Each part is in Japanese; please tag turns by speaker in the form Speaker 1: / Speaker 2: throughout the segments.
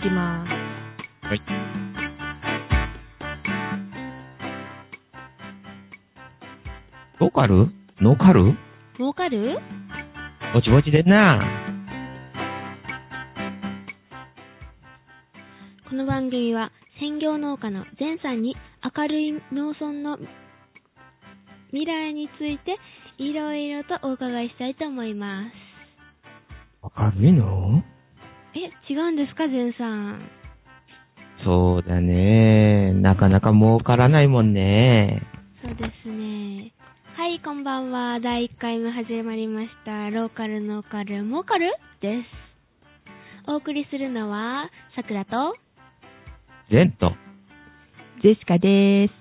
Speaker 1: きます。
Speaker 2: はい。ボーカルノーカル
Speaker 1: 儲かる
Speaker 2: ぼちぼちでんな。
Speaker 1: この番組は専業農家の善さんに明るい農村の未来についていろいろとお伺いしたいと思います。
Speaker 2: 明るいの
Speaker 1: え、違うんですか、善さん。
Speaker 2: そうだね。なかなか儲からないもんね。
Speaker 1: そうですね。はい、こんばんは。第1回目始まりました。ローカル、ノーカル、モーカルです。お送りするのは、さくらと、
Speaker 2: ゼント。
Speaker 3: ジェシカです。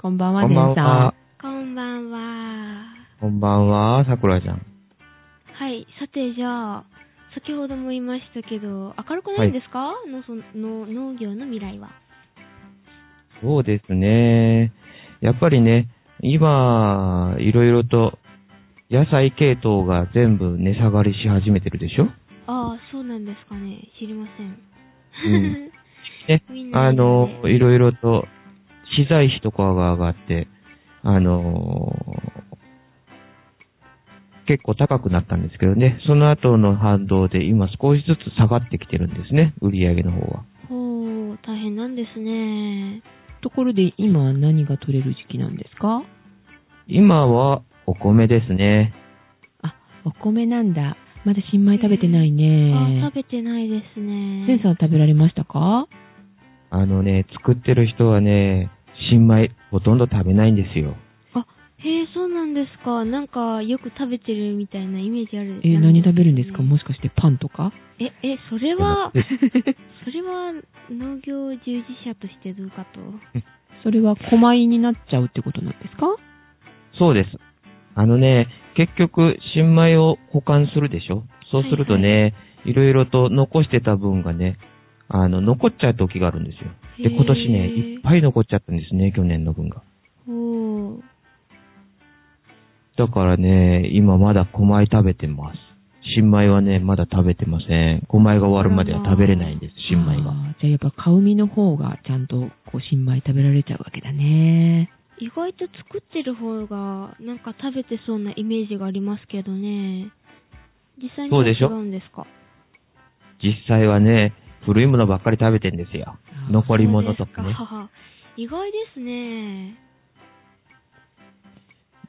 Speaker 3: こんばんは、
Speaker 2: こ
Speaker 3: ゼ
Speaker 2: ん
Speaker 3: ン
Speaker 2: ば
Speaker 3: さ
Speaker 2: んは
Speaker 3: ん。。
Speaker 1: こんばんは。
Speaker 2: こんばんは、さくらちゃん。
Speaker 1: はい、さてじゃあ、先ほども言いましたけど、明るくないんですか、農村の農業の未来は。
Speaker 2: そうですね。やっぱりね、今、いろいろと、野菜系統が全部値下がりし始めてるでしょ
Speaker 1: ああ、そうなんですかね。知りません。
Speaker 2: うんね
Speaker 1: みん、な
Speaker 2: あ
Speaker 1: みんなで
Speaker 2: の、いろいろと、資材費とかが上がって、あの結構高くなったんですけどね、その後の反動で今少しずつ下がってきてるんですね、売り上げの方は。
Speaker 1: ほう、大変なんですね。
Speaker 3: ところで、今何が取れる時期なんですか
Speaker 2: 今はお米ですね。
Speaker 3: あ、お米なんだ。まだ新米食べてない
Speaker 1: ああ、
Speaker 3: ね。
Speaker 1: 食べてないですね。
Speaker 3: ゼンさん食べられましたか
Speaker 2: あのね、作ってる人はね、新米ほとんど食べないんですよ。
Speaker 1: あ、へえ、そうなんですか。なんか、よく食べてるみたいなイメージある。
Speaker 3: えー何食べるんですか
Speaker 1: ね
Speaker 3: もしかしてパンとか
Speaker 1: え、え、それは、それは農業従事者としてどうかと。
Speaker 3: それは小米になっちゃうってことなんですか
Speaker 2: そうです。あのね、結局、新米を保管するでしょそうするとね、いろいろと残してた分がね、あの、残っちゃう時があるんですよ。で、
Speaker 1: へー
Speaker 2: 今年ね、いっぱい残っちゃったんですね、去年の分が。
Speaker 1: おー。
Speaker 2: だからね、今まだ小米食べてます。新米はね、まだ食べてません。小米が終わるまでは食べれないんです、新米が。
Speaker 3: あーじゃあやっぱ買う身の方がちゃんとこう新米食べられちゃうわけだね。
Speaker 1: 意外と作ってる方がなんか食べてそうなイメージがありますけどね実際に
Speaker 2: そ
Speaker 1: は
Speaker 2: うでし
Speaker 1: 違
Speaker 2: ょ
Speaker 1: うんですか
Speaker 2: 実際はね、古いものばっかり食べてんですよ
Speaker 3: あ。ー
Speaker 2: 残り物とか
Speaker 1: そうで
Speaker 2: ね
Speaker 1: す。か 意外ですね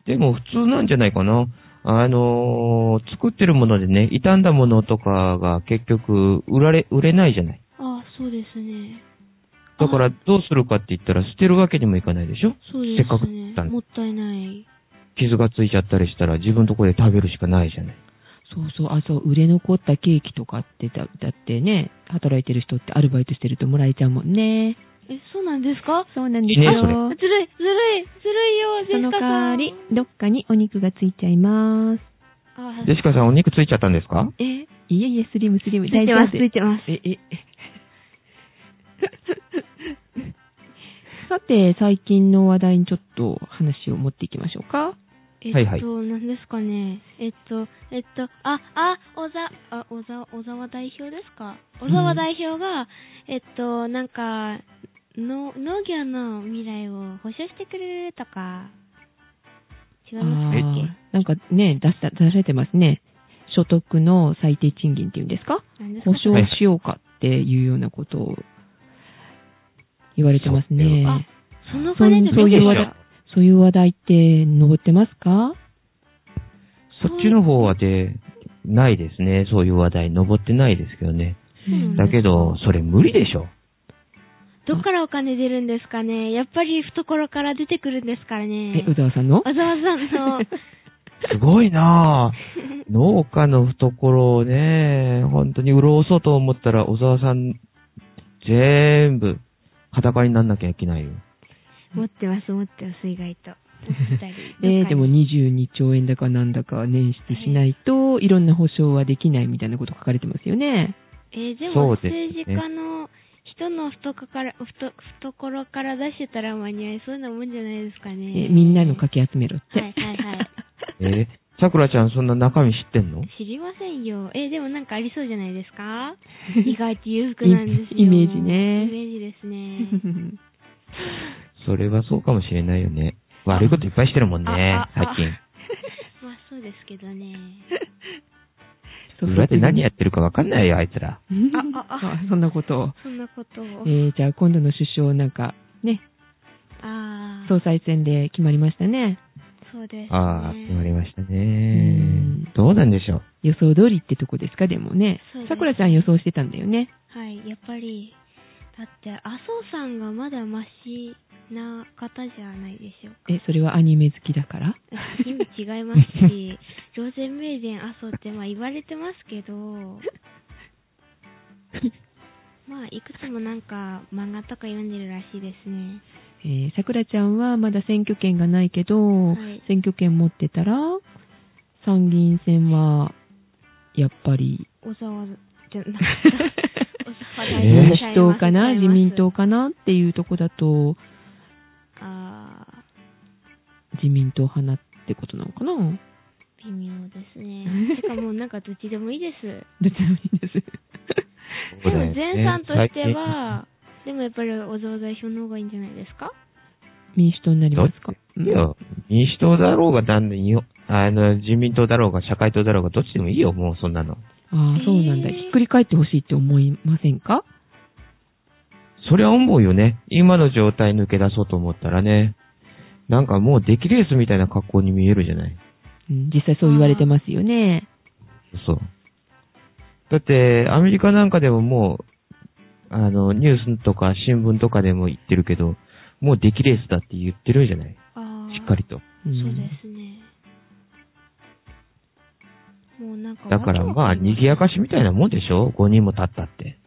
Speaker 2: でも普通なんじゃないかな。あのー作ってるものでね、傷んだものとかが結局売られ、売れないじゃない。
Speaker 1: ああそうですね
Speaker 2: だからどうするかって言ったら捨てるわけにもいかないでしょ
Speaker 1: そうで
Speaker 2: せっかく作
Speaker 1: す
Speaker 2: った
Speaker 1: ね
Speaker 2: んで
Speaker 1: もったいない
Speaker 2: 傷がついちゃったりしたら自分のとこで食べるしかないじゃない。
Speaker 3: そうそう、あ、そう、売れ残ったケーキとかってだ、だってね、働いてる人ってアルバイトしてるともらえちゃうもんね。
Speaker 1: えそうなんですか
Speaker 3: そうなんで
Speaker 2: い
Speaker 3: す
Speaker 2: いね
Speaker 3: よ。
Speaker 1: ずるいずるいずるいよジ
Speaker 3: そ
Speaker 1: ェ
Speaker 3: の
Speaker 1: シカ
Speaker 3: 代
Speaker 1: さ
Speaker 3: わ
Speaker 1: ん
Speaker 3: り、どっかにお肉がついちゃいます。
Speaker 1: あ
Speaker 2: ジェシカさんお肉ついちゃったんですか
Speaker 3: えいえいえ、スリムスリ
Speaker 1: つ
Speaker 3: ム。
Speaker 1: いてますついてます
Speaker 3: え、 え。さて、最近の話題にちょっと話を持っていきましょうか。
Speaker 1: えっと、
Speaker 2: はいはい
Speaker 1: 何ですかね。えっと、えっと、あ、あ、小沢、あ、小沢、小沢代表ですか小沢代表が、えっと、なんか、の農業の未来を保証してくれるとか、違います
Speaker 2: え
Speaker 1: か
Speaker 3: あーなんかね、出した、出されてますね。所得の最低賃金っていうんですか
Speaker 1: 何ですか
Speaker 3: 保証しようかっていうようなことを言われてますね。
Speaker 1: あ、その
Speaker 3: そ
Speaker 1: 金
Speaker 3: ん
Speaker 1: で
Speaker 3: そういう
Speaker 2: わ
Speaker 3: 話題、そういう話題って上ってますか
Speaker 2: そっちの方はで、ないですね。そういう話題、登ってないですけどね。
Speaker 1: うん
Speaker 2: だけど、それ無理でしょ。
Speaker 1: どっからお金出るんですかねやっぱり懐から出てくるんですから
Speaker 3: え
Speaker 1: ね、。
Speaker 3: 宇沢さんの
Speaker 1: 小沢さんの、
Speaker 2: すごいなぁ。農家の懐をね、本当に潤そうと思ったら、小沢さん、全部、裸になんなきゃいけないよ。
Speaker 1: 持ってます、持ってます、意外 と。
Speaker 3: えーでも22兆円だかなんだか捻出しないと、いろんな保証はできないみたいなこと書かれてますよね。
Speaker 1: えーでも
Speaker 2: そうですね
Speaker 1: 政治家の人の懐からふと懐から出してたら間に合いそうなもんじゃないですかね。
Speaker 3: えーみんなのかき集めろって。
Speaker 1: はいはいはい。
Speaker 2: えーさくらちゃんそんな中身知ってんの
Speaker 1: 知りませんよ。え、でもなんかありそうじゃないで すか意外と裕福なんですよ。
Speaker 3: イメージね
Speaker 1: イ メージです ね。
Speaker 2: それはそうかもしれないよね。悪いこといっぱいしてるもんね
Speaker 3: あ、あ
Speaker 2: 最
Speaker 3: あ
Speaker 2: 近。
Speaker 1: まあそうですけど ね。
Speaker 2: 裏で何やってるかわかんないよ、あいつら。
Speaker 1: あああ
Speaker 3: あそんなことを。
Speaker 1: そんなことを。
Speaker 3: えー、じゃあ今度の首相なんか、ね、
Speaker 1: ああ、
Speaker 3: 総裁選で決まりましたね。
Speaker 1: そうです、ね。
Speaker 2: ああ、決まりました
Speaker 3: ん
Speaker 2: ね。どうなんでしょう。
Speaker 3: 予想通りってとこですか、でもね
Speaker 1: そうで。す
Speaker 3: さくらちゃん予想してたんだよね。
Speaker 1: はい、やっぱり、だって、麻生さんがまだマシな方じゃないでしょう か。
Speaker 3: え、それはアニメ好きだから
Speaker 1: 意味違いますし、ローゼンメイデン麻生ってまあ言われてますけど、 まあ、いくつもなんか漫画とか読んでるらしいですね。
Speaker 3: えー、さくらちゃんはまだ選挙権がないけど、
Speaker 1: はい
Speaker 3: 選挙権持ってたら、参議院選は、やっぱり、
Speaker 1: 小沢 じゃなかった。小沢
Speaker 2: えー
Speaker 3: 民主党かな、
Speaker 1: 違います
Speaker 3: 自民党かなっていうとこだと、
Speaker 1: ああ、
Speaker 3: 自民党派なってことなのかな
Speaker 1: 微妙で すね。てかもうなんかどっちでもいいです。
Speaker 3: どっちでもいいです。
Speaker 2: そ
Speaker 1: で
Speaker 2: うだ
Speaker 1: も
Speaker 2: よね
Speaker 1: 前さんとしては、でもやっぱり小沢代表の方がいいんじゃないですか
Speaker 3: 民主党になり
Speaker 2: ど
Speaker 3: ま
Speaker 2: っ
Speaker 3: すか
Speaker 2: ちいいよ。民主党だろうが、なんでいいよ。あの、自民党だろうが、社会党だろうが、どっちでもいいよ、もうそんなの。
Speaker 3: ああ、そうなんだ。
Speaker 1: えー
Speaker 3: ひっくり返ってほしいって思いませんか
Speaker 2: そりゃ思うよね。今の状態抜け出そうと思ったらね。なんかもう出来レースみたいな格好に見えるじゃない。
Speaker 3: うん実際そう言われてますよね。
Speaker 2: そう。だって、アメリカなんかでももう、あの、ニュースとか新聞とかでも言ってるけど、もう出来レースだって言ってるじゃない。
Speaker 1: ああ。
Speaker 2: しっかりと。
Speaker 1: そううんですね。もうなんか。
Speaker 2: だからまあ、賑やかしみたいなもんでしょ ?5 人も立ったって。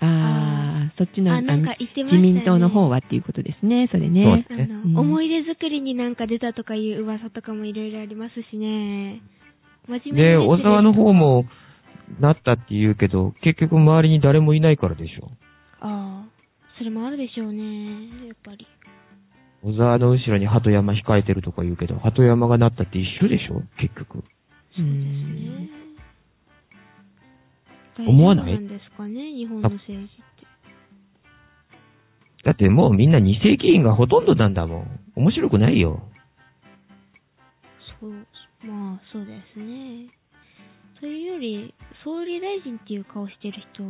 Speaker 3: ああ、そっち
Speaker 1: な
Speaker 3: の、
Speaker 1: あ、なんか言ってました
Speaker 3: 自
Speaker 1: よ
Speaker 3: 民
Speaker 1: ね。
Speaker 3: 党の方はっていうことですね、それね。
Speaker 1: あ
Speaker 2: ね
Speaker 1: の、
Speaker 3: うん
Speaker 1: 思い出作りになんか出たとかいう噂とかもいろいろありますしね。真面目に
Speaker 2: で、小沢の方
Speaker 1: も。
Speaker 2: も、なったって言うけど、結局周りに誰もいないからでしょ。
Speaker 1: ああ、それもあるでしょうね、やっぱり。
Speaker 2: 小沢の後ろに鳩山控えてるとか言うけど、鳩山がなったって一緒でしょ結局。
Speaker 3: う
Speaker 1: そうですね
Speaker 3: ん。
Speaker 2: 思わない
Speaker 1: 大丈夫なんですかね、日本の政治って。
Speaker 2: だってもうみんな二世紀員がほとんどなんだもん。面白くないよ。
Speaker 1: そう、まあ、そうですね。というより、総理大臣っていう顔してる人、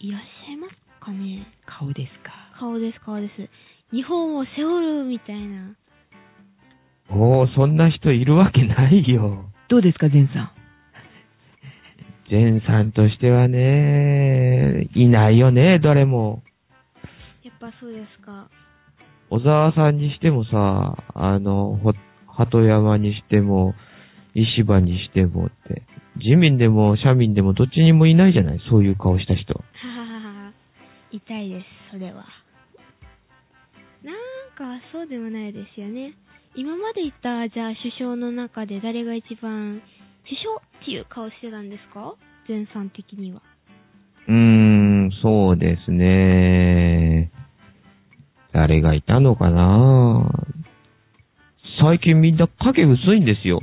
Speaker 1: いらっしゃいますかね
Speaker 3: 顔ですか。
Speaker 1: 顔です、顔です。日本を背負うみたいな。
Speaker 2: もうそんな人いるわけないよ。
Speaker 3: どうですか、善さ
Speaker 2: 善さんとしてはね、いないよね、誰も。
Speaker 1: やっぱそうですか。
Speaker 2: 小沢さんにしてもさ、あの、ほ、鳩山にしても、石破にしてもって、自民でも社民でもどっちにもいないじゃないそういう顔した人。
Speaker 1: はははは。痛いです、それは。なんか、そうでもないですよね。今までいた、じゃあ、首相の中で誰が一番、首相っていう顔してたんですか前さん的には。
Speaker 2: うーん、そうですね。誰がいたのかな最近みんな影薄いんですよ。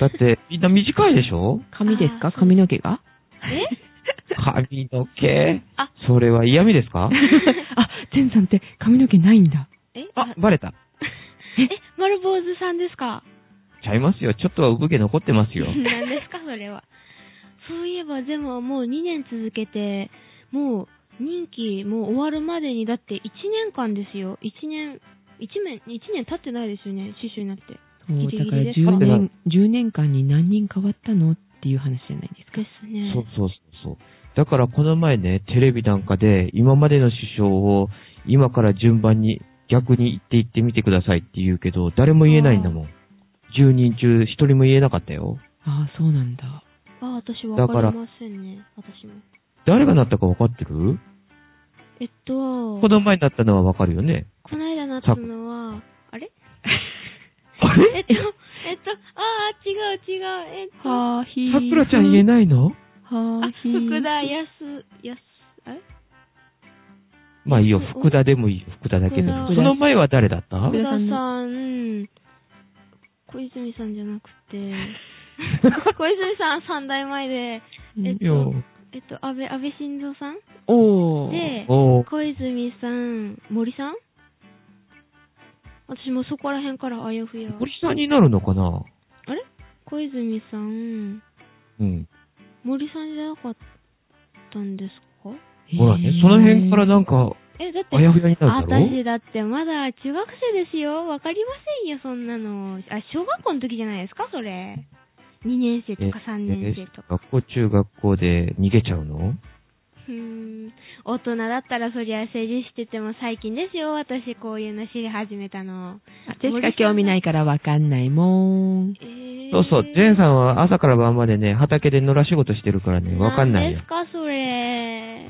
Speaker 2: だって、みんな短いでしょ
Speaker 3: ん。髪です
Speaker 1: あー
Speaker 3: か
Speaker 1: そう
Speaker 3: 髪の毛が
Speaker 1: え
Speaker 2: 髪の毛
Speaker 1: あ
Speaker 2: それは嫌味ですか
Speaker 3: あ、善さんって髪の毛ないんだ。
Speaker 1: え
Speaker 2: あ、バレた。
Speaker 1: え、丸坊主さんですか
Speaker 2: ちゃいますよ。ちょっとは産毛残ってますよ。
Speaker 1: 何ですか、それは。そういえば、でももう2年続けて、もう任期もう終わるまでに、だって1年間ですよ。1年、1年、1年経ってないですよね、首相になって。
Speaker 3: そう
Speaker 1: ギリ
Speaker 3: だ
Speaker 1: ギ
Speaker 3: から
Speaker 1: リですか
Speaker 3: 10年、10年間に何人変わったのっていう話じゃないですか
Speaker 1: で。すね。
Speaker 2: そうそうそうそう。だからこの前ね、テレビなんかで今までの首相を今から順番に逆に言って言ってみてくださいって言うけど、誰も言えないんだもん。10人中1人も言えなかったよ。
Speaker 3: ああ、そうなんだ。
Speaker 1: あ、私わかりませんね、私も。
Speaker 2: 誰がなったか分かってる
Speaker 1: えっと、
Speaker 2: この前になったのは分かるよね。
Speaker 1: この間なったのは、あれ
Speaker 2: あ
Speaker 1: え
Speaker 2: れ
Speaker 1: っと、えっと、ああ、違う違う、えっと、
Speaker 3: はーひー。
Speaker 2: さくらちゃん言え
Speaker 3: い。
Speaker 2: ないの
Speaker 3: は
Speaker 1: あ
Speaker 3: ーひー。
Speaker 1: 福田康、康、あれ
Speaker 2: まあいいよ、福田でもいいよ、福田だけでも。
Speaker 1: 福
Speaker 2: そ
Speaker 1: 田
Speaker 2: の前は誰だった
Speaker 1: 福
Speaker 3: 福
Speaker 1: 田
Speaker 3: 田
Speaker 1: さ
Speaker 3: さ
Speaker 1: ん
Speaker 3: ん、
Speaker 1: 小泉さんじゃなくて、小泉さん三代前で、えっ
Speaker 2: いや、
Speaker 1: と、えっと、安倍、安倍晋三さん
Speaker 3: おー。
Speaker 1: で、
Speaker 2: おー
Speaker 1: 小泉さん、森さん私もそこら辺からあやふや。
Speaker 2: 森さんになるのかな
Speaker 1: あれ小泉さん、
Speaker 2: うん。
Speaker 1: 森さんじゃなかったんですか
Speaker 2: ほらね、その辺からなんんか、
Speaker 1: え、だって、
Speaker 2: あやふやになるだろ
Speaker 1: 私だってまだ中学生ですよ。わかりませんよ、そんなの。あ、小学校の時じゃないですか、それ。2年生とか3年生とか。
Speaker 2: 学校、中学校で逃げちゃうの
Speaker 1: うーん。大人だったらそりゃ成人してても最近ですよ、私こういうの知り始めたの。
Speaker 3: 私しか興味ないからわかんないもん。
Speaker 1: えー
Speaker 2: そうそう、ジェーンさんは朝から晩までね、畑で野良仕事してるからね、わかんない
Speaker 1: で
Speaker 2: よ
Speaker 1: す。か、それ。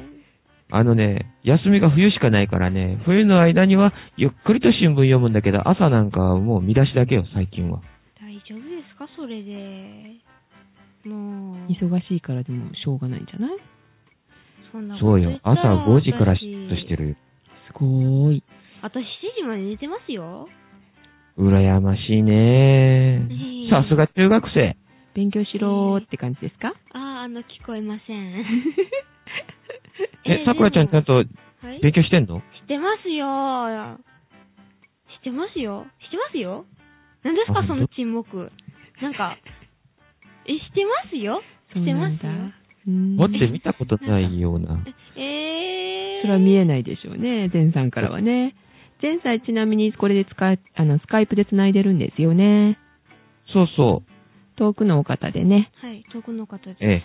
Speaker 2: あのね、休みが冬しかないからね、冬の間にはゆっくりと新聞読むんだけど、朝なんかはもう見出しだけよ、最近は。
Speaker 1: 大丈夫ですか、それで。もう。
Speaker 3: 忙しいからでもしょうがないんじゃない
Speaker 1: そんなこと
Speaker 2: そうよ、朝5時からシ
Speaker 1: ッ
Speaker 2: ッとして
Speaker 1: る。
Speaker 2: るよ。
Speaker 3: すごーい。
Speaker 1: 私7時まで寝てますよ。
Speaker 2: 羨ましいね
Speaker 1: ねえ
Speaker 2: さすが中学生。
Speaker 3: 勉強しろーって感じですか
Speaker 1: ああ、あの、聞こえません。
Speaker 2: え、さくらちゃんちゃん
Speaker 1: と、
Speaker 2: と
Speaker 1: はい、知
Speaker 2: 勉強してんの
Speaker 1: ってますよ。知ってますよ。知ってますよ。何です
Speaker 2: あ
Speaker 1: か、そ
Speaker 2: ほん
Speaker 1: の
Speaker 2: と
Speaker 1: 沈黙。なんか、え、知ってますよ。知ってますよ。
Speaker 3: うーん
Speaker 2: 持って見たことないような。
Speaker 1: ええー。
Speaker 3: それは見えないでしょうね、全さんからはね。全さんちなみにこれで使い、あの、スカイプで繋いでるんですよね。
Speaker 2: そうそ
Speaker 3: 遠くのお方でね、
Speaker 1: はい、遠くの方です。
Speaker 2: う。え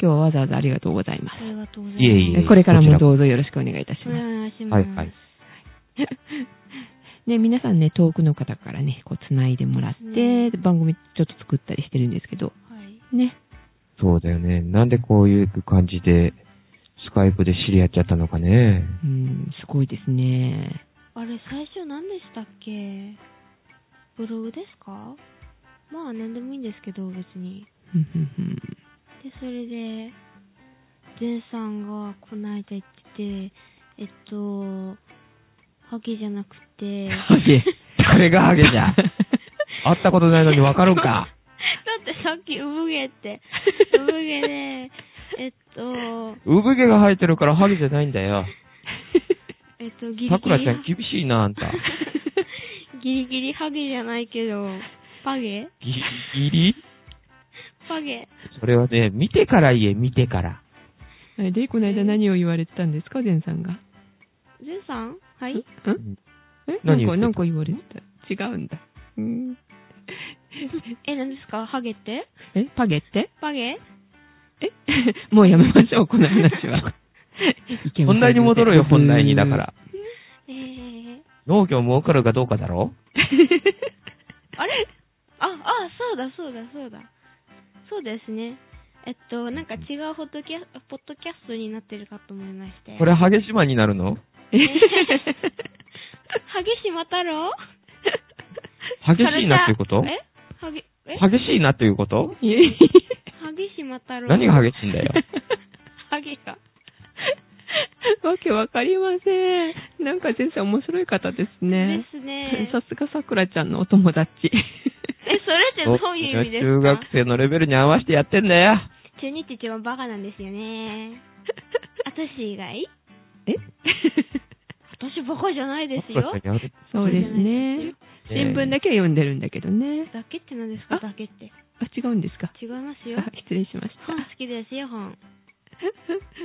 Speaker 3: 今日はわざわざありがとうございま
Speaker 1: ありがとうございます。
Speaker 2: いえいえ
Speaker 3: す。これからもどうぞよろしくお願いいたし
Speaker 1: お
Speaker 3: ま
Speaker 1: 願いし
Speaker 2: え。
Speaker 1: ま
Speaker 2: は
Speaker 1: す。
Speaker 2: いは
Speaker 3: す。
Speaker 2: い。
Speaker 3: ね、皆さんね、遠くの方からね、こう繋いでもらって、
Speaker 1: うん
Speaker 3: 番組ちょっと作ったりしてるんですけど、
Speaker 1: はい
Speaker 3: ね。
Speaker 2: そうだよね。なんでこういう感じで、スカイプで知り合っちゃったのかね。
Speaker 3: うん、すごいですね。
Speaker 1: あれ、最初何でしたっけブログですかまあ、何でもいいんですけど、別に。
Speaker 3: ふんふんふん
Speaker 1: で、それで、ゼンさんがこないだ言ってて、えっと、ハゲじゃなくて、
Speaker 3: ハ ゲ。
Speaker 2: 誰がハゲじゃ。会ったことないのにわかるんか。
Speaker 1: だってさっき産毛って、産毛で、えっと、
Speaker 2: 産毛が生えてるからハゲじゃないんだよ。
Speaker 1: えっと、ギリギリ、
Speaker 2: さくらちゃん厳しいな、あんた。
Speaker 1: ギリギリハゲじゃないけど、パゲ
Speaker 2: ギリギリ
Speaker 1: パゲ。
Speaker 2: それはね、見てから言え、見てから。
Speaker 3: あれで、この間何を言われてたんですか、全さんが。
Speaker 1: ゼンさんは
Speaker 3: はいえなん
Speaker 2: 何言っ
Speaker 3: か、
Speaker 2: てた
Speaker 3: なんか言われてた。違うんだ。うん。
Speaker 1: え、何ですかハゲって
Speaker 3: え、パゲって
Speaker 1: パゲ
Speaker 3: え もうやめましょう、この 話は。
Speaker 2: 本題に戻ろうよ、本題に。だか。ら。
Speaker 1: えー、
Speaker 2: 農業儲かるかどうかだろ
Speaker 1: あれあ、あ、そうだ、そうだ、そうだ。そうですね。えっと、なんか違うホットキャポッドキャストになってるかと思いまして。
Speaker 2: これ、ハゲ島になるの
Speaker 1: ハゲ島太郎
Speaker 2: 激しいなっていうこと
Speaker 1: えハゲ、えハ
Speaker 2: 激しいなっていうこと
Speaker 3: いえい
Speaker 1: ゲ島太郎
Speaker 2: 何が激しいん だよ。
Speaker 1: ハゲが。
Speaker 3: え わけわかりません。なんか全然面白い方ですね。。
Speaker 1: ですね
Speaker 3: さすがさくらちゃんのお友達。
Speaker 1: え、それってどういう意味です
Speaker 2: 中
Speaker 1: か
Speaker 2: 学生のレベルに合わせてやってんだよ。
Speaker 1: 中二って一番バカなんですよね。 私以外
Speaker 3: え
Speaker 1: 私バカじゃないです
Speaker 2: さ
Speaker 1: よ
Speaker 2: くら。ちゃんやる
Speaker 3: そうですね。新聞だけは読んでるんだけどね。
Speaker 1: だけって何ですか
Speaker 3: あ
Speaker 1: だけって。
Speaker 3: あ、違うんですか。
Speaker 1: 違いますよ。
Speaker 3: あ失礼しまし
Speaker 1: 本好きですよ、本。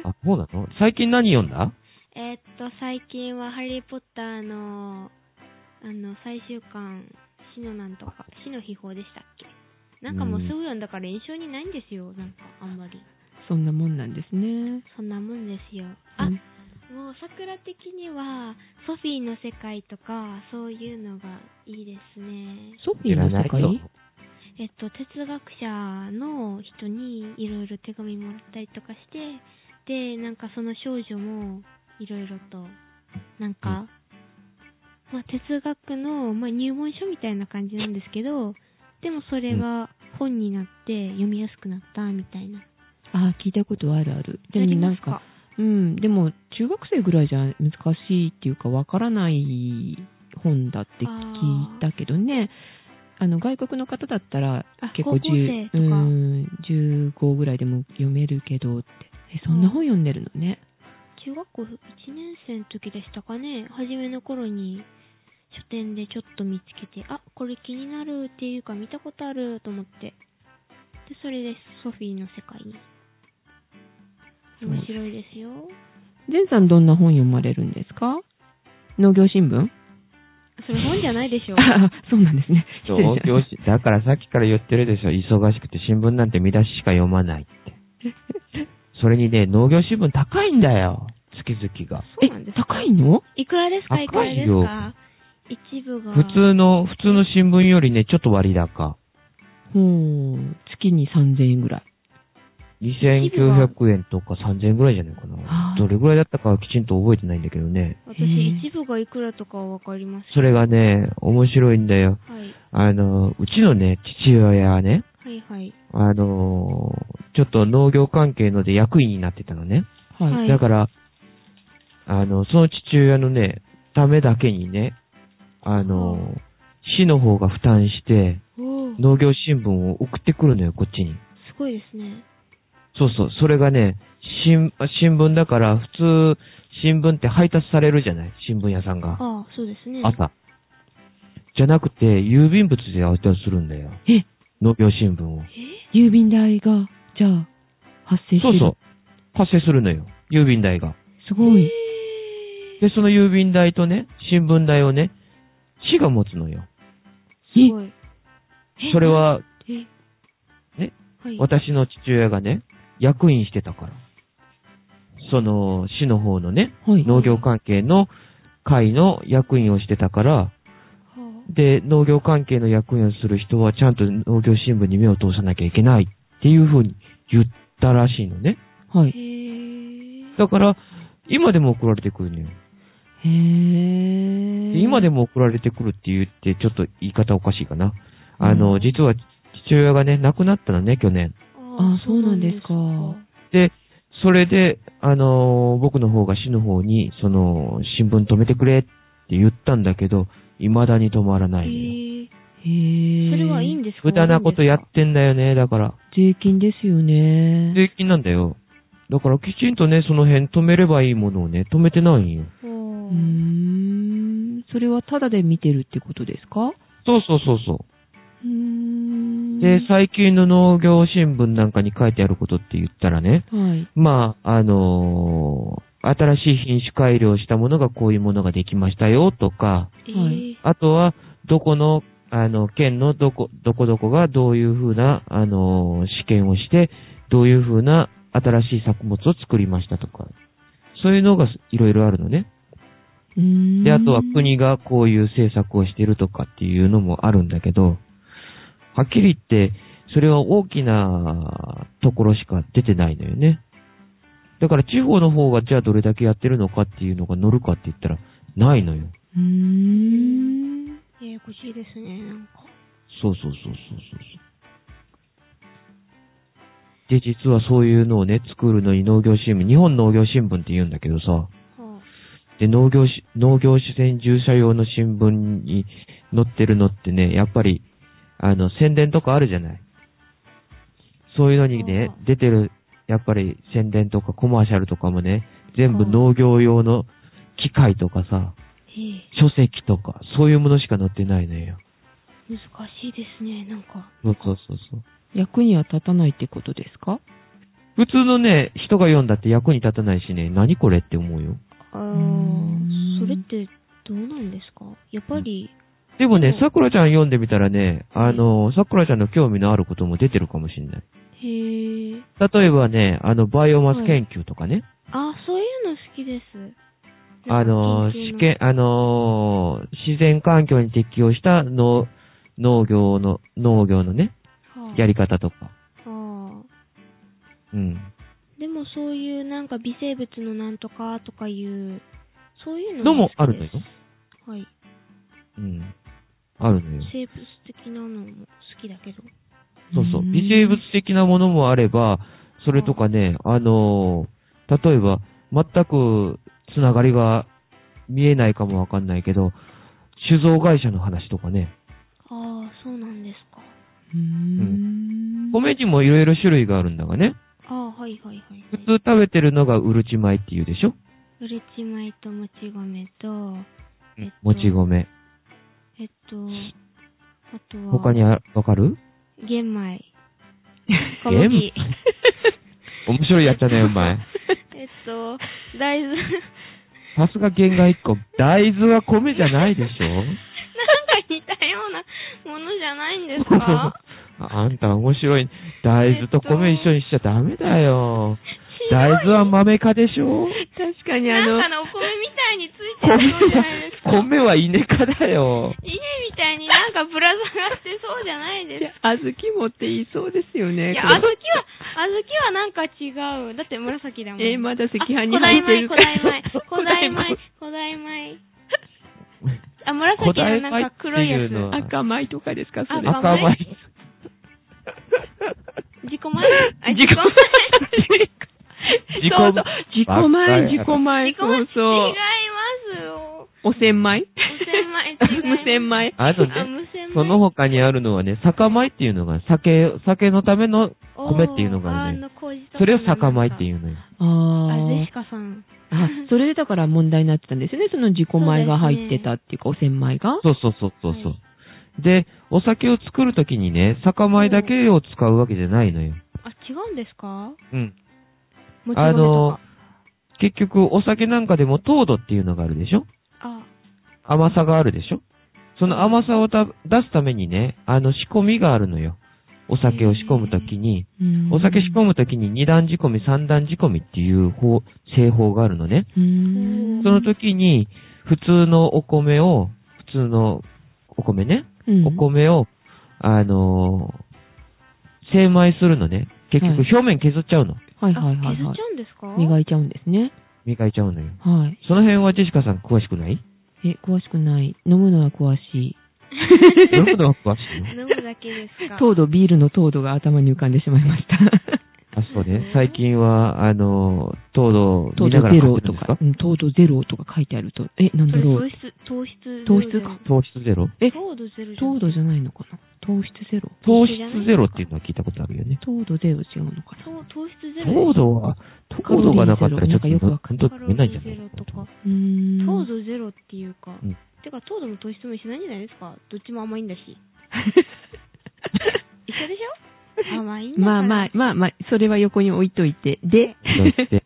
Speaker 2: あ、そうなの最近何読んだ
Speaker 1: えーっと、最近はハリー・ポッターの、あの、最終巻、死のなんとか、死の秘宝でしたっけなんかも
Speaker 2: う
Speaker 1: うす
Speaker 2: ん
Speaker 1: ぐ読んだから印象にないんですよ、なんか、あんまり。
Speaker 3: た。そんなもんなんですね。
Speaker 1: そんなもんですよ。あ
Speaker 3: う、ん
Speaker 1: もう桜的には、ソフィーの世界とか、そういうのがいいですね。
Speaker 3: ソフィーの世界
Speaker 2: よ。
Speaker 1: えっと、哲学者の人にいろいろ手紙もらったりとかして、で、なんかその少女もいろいろと、なんか、まあ、哲学の、まあ、入門書みたいな感じなんですけど、でもそれが本になって読みやすくなったみたいな。
Speaker 3: あ、聞いたことあるある。でも
Speaker 1: なり
Speaker 3: な
Speaker 1: ま
Speaker 3: ん
Speaker 1: す
Speaker 3: か、うん、でも中学生ぐらいじゃ難しいっていうかわからない本だって聞いたけどね。あの外国の方だったら
Speaker 1: あ
Speaker 3: 結
Speaker 1: 高
Speaker 3: 構
Speaker 1: 校生
Speaker 3: 10
Speaker 1: とか
Speaker 3: うん15ぐらいでも読めるけどってえそんな本読んでるのね
Speaker 1: 中学校1年生の時でしたかね初めの頃に書店でちょっと見つけてあこれ気になるっていうか見たことあると思ってでそれでソフィーの世界に
Speaker 3: そう
Speaker 1: 面白いですよ
Speaker 3: 前さんどんな本読まれるんですか農業新聞
Speaker 1: それ本じゃないでしょ
Speaker 3: あ そうなんですね
Speaker 2: そう
Speaker 3: 失礼しま
Speaker 2: 教
Speaker 3: した
Speaker 2: 師だからさっきから言ってるでしょ。忙しくて新聞なんて見出ししか読まないって。それにね、農業新聞高いんだよ。月々が。
Speaker 1: そうなんです
Speaker 3: え高いの
Speaker 1: いくらですか
Speaker 2: 高いよ
Speaker 1: いくらですか一部が
Speaker 2: 普通の、普通の新聞よりね、ちょっと割高。
Speaker 3: ほう月に3000円ぐらい
Speaker 2: 2900円とか3000円ぐらいじゃないか
Speaker 3: あ
Speaker 2: な。
Speaker 3: ー
Speaker 2: どれぐらいだったかはきちんと覚えてないんだけどね。
Speaker 1: 私
Speaker 3: へー
Speaker 1: 一部がいくらとかはわかります
Speaker 2: それがね、面白いんだよ。
Speaker 1: はい
Speaker 2: あの、うちのね、父親はね、
Speaker 1: はいはい
Speaker 2: あのーちょっと農業関係ので役員になってたのね。
Speaker 3: はい、
Speaker 1: はい
Speaker 2: だから、あの、その父親のね、ためだけにね、あのー市の方が負担して、
Speaker 1: おおす
Speaker 2: 農業新聞を送ってくるのよ、こっちに。
Speaker 1: ごいですね
Speaker 2: そうそう、それがね、新、新聞だから、普通、新聞って配達されるじゃない新聞屋さんが。
Speaker 1: ああそうですね
Speaker 2: 朝。じゃなくて、郵便物で配達するんだよ。
Speaker 3: え
Speaker 2: 農業新聞を。
Speaker 1: え
Speaker 3: 郵便代がじゃあ発生して
Speaker 2: そう
Speaker 3: る
Speaker 2: そう。発生するのよ。郵便代が。
Speaker 3: すごい、
Speaker 2: で、その郵便代とね、新聞代をね、市が持つのよ。
Speaker 1: すごいえ
Speaker 2: それは、
Speaker 1: え
Speaker 2: ね、
Speaker 1: はい、
Speaker 2: 私の父親がね、役員してたから。その、市の方のね、
Speaker 3: はい
Speaker 2: 農業関係の会の役員をしてたから、
Speaker 1: は
Speaker 2: で、農業関係の役員をする人はちゃんと農業新聞に目を通さなきゃいけないっていうふうに言ったらしいのね。
Speaker 3: は
Speaker 1: あ、へ
Speaker 3: い
Speaker 1: え
Speaker 2: だから、今でも送られてくるのよ。
Speaker 3: へえ
Speaker 2: で今で
Speaker 3: も
Speaker 2: も送られてくるって言って、ちょっと言い方おかしいかな。あの、実は父親がね、亡くなったのね、去年。
Speaker 1: あ
Speaker 3: あそうなんですか
Speaker 2: で、それで、あのー僕の方が死の方に、その、新聞止めてくれって言ったんだけど、未だに止まら
Speaker 1: へ
Speaker 2: ないのよ。
Speaker 1: え
Speaker 3: へえ
Speaker 1: それはいいん
Speaker 3: で
Speaker 1: ですか
Speaker 2: 無駄なことやってんだよね、だから。
Speaker 3: 税金ですよね
Speaker 2: 税金なんだよ。だからきちんとね、その辺止めればいいものをね、止めてないんよ。
Speaker 1: お
Speaker 3: う
Speaker 1: ー
Speaker 3: ーんそれはタダで見てるってことですか
Speaker 2: そうそうそうそう
Speaker 3: ーん
Speaker 2: う。で、最近の農業新聞なんかに書いてあることって言ったらね、
Speaker 3: はい
Speaker 2: まあ、あのー新しい品種改良したものがこういうものができましたよとか、
Speaker 1: え
Speaker 3: はい
Speaker 1: ー
Speaker 2: あとは、どこの、あの、県のどこ、どこどこがどういうふうな、あのー試験をして、どういうふうな新しい作物を作りましたとか、そういうのがいろいろあるのね。
Speaker 3: うーん
Speaker 2: で、あとは国がこういう政策をしてるとかっていうのもあるんだけど、はっきり言って、それは大きなところしか出てないのよね。だから地方の方がじゃあどれだけやってるのかっていうのが乗るかって言ったら、ないのよ。
Speaker 3: うーん
Speaker 1: ややこしいですねなんか
Speaker 2: そうそうそうそうそうそう。で、実はそういうのをね、作るのに農業新聞、日本農業新聞って言うんだけどさ、
Speaker 1: はあ
Speaker 2: で、農業し、農業主戦従者用の新聞に載ってるのってね、やっぱり、あの、宣伝とかあるじゃない。そういうのにね
Speaker 1: う、ん
Speaker 2: 出てる、やっぱり宣伝とかコマーシャルとかもね、全部
Speaker 1: うん
Speaker 2: 農業用の機械とかさ、
Speaker 1: ええ
Speaker 2: 書籍とか、そういうものしか載ってないのよ。
Speaker 1: 難しいですねなんか
Speaker 2: そうそうそうそう。
Speaker 3: 役には立たないってことですか
Speaker 2: 普通のね、人が読んだって役に立たないしね、何これって思うよ。
Speaker 1: あ
Speaker 3: ーん
Speaker 1: ーそれってどうなんですかやっぱり
Speaker 2: でもね
Speaker 1: う、ん
Speaker 2: さくらちゃん読んでみたらね、あの、さくらちゃんの興味のあることも出てるかもしれない。
Speaker 1: へえ
Speaker 2: 例えばね、あの、バイオマス研究とかね、
Speaker 1: あそういうの好きです
Speaker 2: あの、
Speaker 1: 研究
Speaker 2: 試験、あのー、自然環境に適応した農、農業の、農業のね、
Speaker 1: はあ
Speaker 2: やり方とか。
Speaker 1: はあ
Speaker 2: うん。
Speaker 1: でもそういうなんか微生物のなんとかとかいう、そういうの
Speaker 2: のも
Speaker 1: 好
Speaker 2: あ
Speaker 1: き
Speaker 2: る
Speaker 1: で
Speaker 2: のよ
Speaker 1: す。はい。
Speaker 2: うん。あるのよ。
Speaker 1: 生物的なのも好きだけど。
Speaker 2: そうそう。
Speaker 3: ん
Speaker 2: 微生物的なものもあれば、それとかね、あのー例えば、全くつながりが見えないかもわかんないけど、酒造会社の話とかね、
Speaker 1: ああ、あ、そうなんですか。
Speaker 3: うーん。
Speaker 2: 米地もいろいろ種類があるんだがね。
Speaker 1: ああ、はいはいはい、
Speaker 2: 普
Speaker 1: はい。
Speaker 2: 通食べてるのがうるち米っていうでしょ
Speaker 1: うるち米ともち米と、えっと、
Speaker 2: もち米。
Speaker 1: えっと、あとは、
Speaker 2: 他にあわかる
Speaker 1: 玄 米。小
Speaker 2: 玄
Speaker 1: 麦
Speaker 2: 米。 面白いやっちゃねお前。
Speaker 1: えっと、大豆。
Speaker 2: さすが原画一個。大豆は米じゃないでしょ
Speaker 1: なんか似たようなものじゃないんですか
Speaker 2: あんた面白い。大豆と米一緒にしちゃダメだよ。
Speaker 1: ひどい
Speaker 2: 大豆は豆科でしょ
Speaker 3: 確かにあ
Speaker 1: な
Speaker 3: の
Speaker 1: んか、のお米みたいについて
Speaker 2: 米
Speaker 1: るそうじ
Speaker 2: は
Speaker 1: ゃないです、か。
Speaker 2: 米は稲科だよ。
Speaker 1: 稲みたいになんかぶら下がってそうじゃないですか。
Speaker 3: 小豆もって言いそうですよね。
Speaker 1: いや、
Speaker 3: これ
Speaker 1: 小豆は、小豆はなんか違う。だって紫だもん。
Speaker 3: えーまだ赤
Speaker 1: あ
Speaker 3: 飯に入ってる
Speaker 1: 古代米、古代
Speaker 3: 古代米、
Speaker 1: 米古代米、古代米。あ、紫のなんか黒いや
Speaker 2: 古代米っていうの
Speaker 1: つ。
Speaker 2: は
Speaker 3: 赤米とかですかそれ。
Speaker 1: あ
Speaker 2: 赤米。
Speaker 1: 自己米あ、自己米。
Speaker 2: 自己
Speaker 3: そうそう。自己米、自己
Speaker 1: 自
Speaker 3: 米、
Speaker 1: 己
Speaker 3: そう
Speaker 1: 米。
Speaker 3: そう
Speaker 1: 違い。ますよ。
Speaker 3: お千米
Speaker 1: お千米違います
Speaker 3: 無洗米
Speaker 2: あとね
Speaker 1: あ無洗米、。
Speaker 2: その他にあるのはね、酒米っていうのが、酒、酒のための米っていうのがあるね。それを酒米っていううのよ。
Speaker 3: あ
Speaker 1: あ、
Speaker 3: ー
Speaker 1: ゼシカさん。
Speaker 3: あ、それでだから問題になってたんですよね。その自己米が入ってたっていうか、お千米が。
Speaker 2: そうそうそうそうそう。
Speaker 1: は
Speaker 2: で、お酒を作るときにね、酒米だけを使うわけじゃないのよ。
Speaker 1: あ、違うんですか
Speaker 2: うん。
Speaker 1: もち米とか
Speaker 2: あの、結局、お酒なんかでも糖度っていうのがあるでしょ
Speaker 1: あ、
Speaker 2: 甘さがあるでしょその甘さをた出すためにね、あの、仕込みがあるのよ。お酒を仕込むときに、お酒仕込むときに2段仕込み、3段仕込みっていう方、製法があるのね。
Speaker 3: む
Speaker 2: その、時に、普通のお米を、普通のお米ね、
Speaker 3: うん
Speaker 2: お米を、あのー精米するのね。結局
Speaker 3: はい
Speaker 2: 表面削っちゃうの。
Speaker 3: はい
Speaker 1: あ
Speaker 3: はいはい
Speaker 1: 削
Speaker 3: は
Speaker 1: っちゃうんですか
Speaker 3: い。磨いちゃうんですね。
Speaker 2: 磨いちゃうのよ。
Speaker 3: はい。
Speaker 2: その辺はジェシカさん詳しくない
Speaker 3: え、詳しくない。飲むのは詳しい。
Speaker 2: どういうことが詳しいの
Speaker 1: 飲むだけで すか
Speaker 3: 糖度、ビールの糖度が頭に浮かんでしまいました。
Speaker 2: あ、そうね。最近は、あのー、糖度を
Speaker 3: 糖
Speaker 2: 見な
Speaker 3: 度
Speaker 2: がら
Speaker 3: ゼ
Speaker 2: 買っ
Speaker 3: ロ
Speaker 2: てる
Speaker 3: と
Speaker 2: んです
Speaker 3: か
Speaker 2: か、
Speaker 3: うん、糖度ゼロとか書いてあると、え、なんだ
Speaker 1: それ
Speaker 3: ろ
Speaker 1: 糖
Speaker 3: う。
Speaker 1: 質、糖質。
Speaker 3: 糖質か
Speaker 2: 糖質ゼロ
Speaker 3: え、
Speaker 1: 糖度ゼロじゃん
Speaker 3: 糖度じゃないのかな糖質ゼロ
Speaker 2: 糖質ゼロっていうのは聞いたことあるよね。
Speaker 3: 糖度ゼロ違うのかな
Speaker 1: 糖糖質ゼロ。
Speaker 2: 糖度は、糖度がなかったらちょっと、本当飲めないんじゃない
Speaker 1: カロリーゼロとか。
Speaker 3: うーん。
Speaker 1: 糖度ゼロっていうか
Speaker 2: うん。
Speaker 1: てか、糖度も糖質も一緒なんじゃないですかどっちも甘いんだし。一緒でしょ甘いんだから。
Speaker 3: まあまあ、まあまあ、それは横に置いといて。で、
Speaker 2: で、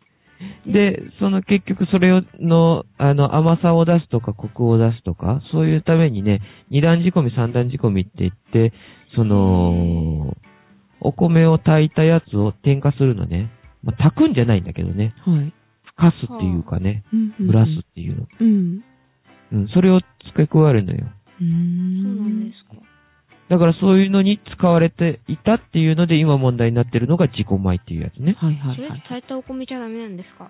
Speaker 2: で、その結局それをの、あの、甘さを出すとか、コクを出すとか、そういうためにね、二段仕込み、三段仕込みって言って、その、お米を炊いたやつを添加するのね。まあ、炊くんじゃないんだけどね。
Speaker 3: はい。
Speaker 2: ふかすっていうかね、
Speaker 3: うんうんうん
Speaker 2: 蒸らすっていうの。
Speaker 3: うん。
Speaker 2: うん、それを付け加えるのよ。
Speaker 3: うーん。
Speaker 1: そうなんですか。
Speaker 2: だからそういうのに使われていたっていうので、今問題になってるのが自己米っていうやつね。
Speaker 3: はいはい
Speaker 1: それ
Speaker 3: は
Speaker 1: って
Speaker 3: い。
Speaker 1: 炊いたお米じゃダメなんですか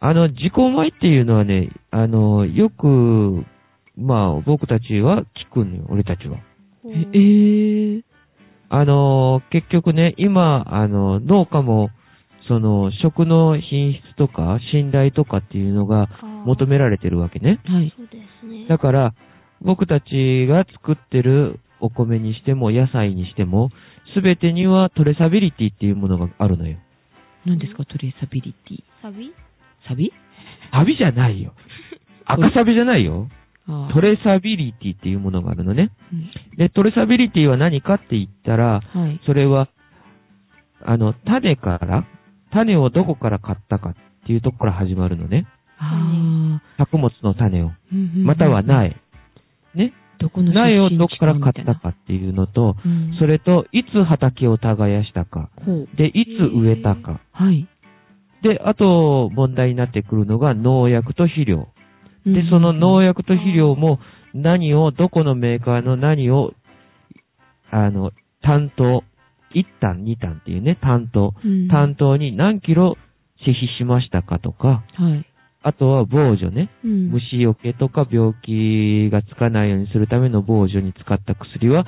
Speaker 2: あの、自己米っていうのはね、あの、よく、まあ、僕たちは聞くのよ、俺たちは。
Speaker 1: ほう
Speaker 3: ええー。
Speaker 2: あの、結局ね、今、あの、農家も、その、食の品質とか、信頼とかっていうのが
Speaker 1: あー
Speaker 2: 求められてるわけね。
Speaker 3: はい。
Speaker 1: そうですね。
Speaker 2: だから、僕たちが作ってるお米にしても、野菜にしても、すべてにはトレサビリティっていうものがあるのよ。
Speaker 3: 何ですか、トレーサビリティ。
Speaker 1: サビ
Speaker 3: サビ
Speaker 2: サビじゃないよ。赤サビじゃないよ。
Speaker 3: あー
Speaker 2: トレサビリティっていうものがあるのね。
Speaker 3: うん
Speaker 2: で、トレサビリティは何かって言ったら、
Speaker 3: はい。
Speaker 2: それは、あの、種から、種をどこから買ったかっていうとこから始まるのね。
Speaker 3: あ
Speaker 2: 作物の種を。
Speaker 3: あ。。
Speaker 2: またはい苗。ね。
Speaker 3: どこの出身
Speaker 2: 苗をどこから買っ
Speaker 3: 地
Speaker 2: た
Speaker 3: か
Speaker 2: かっていうのと、
Speaker 3: みたいな。うん
Speaker 2: そ。れと、いつ畑を耕したか。
Speaker 3: ほう。
Speaker 2: で、いつ植えたか。
Speaker 3: はい。
Speaker 2: で、あと、問題になってくるのが農薬と肥料。
Speaker 3: うん
Speaker 2: で、その農薬と肥料も何を、どこのメーカーの何を、あの、担当、1単2単っていうね、担当。
Speaker 3: うん
Speaker 2: 担当に何キロ施肥しましたかとか、
Speaker 3: はい。
Speaker 2: あとは防除ね。
Speaker 3: うん
Speaker 2: 虫除けとか病気がつかないようにするための防除に使った薬は、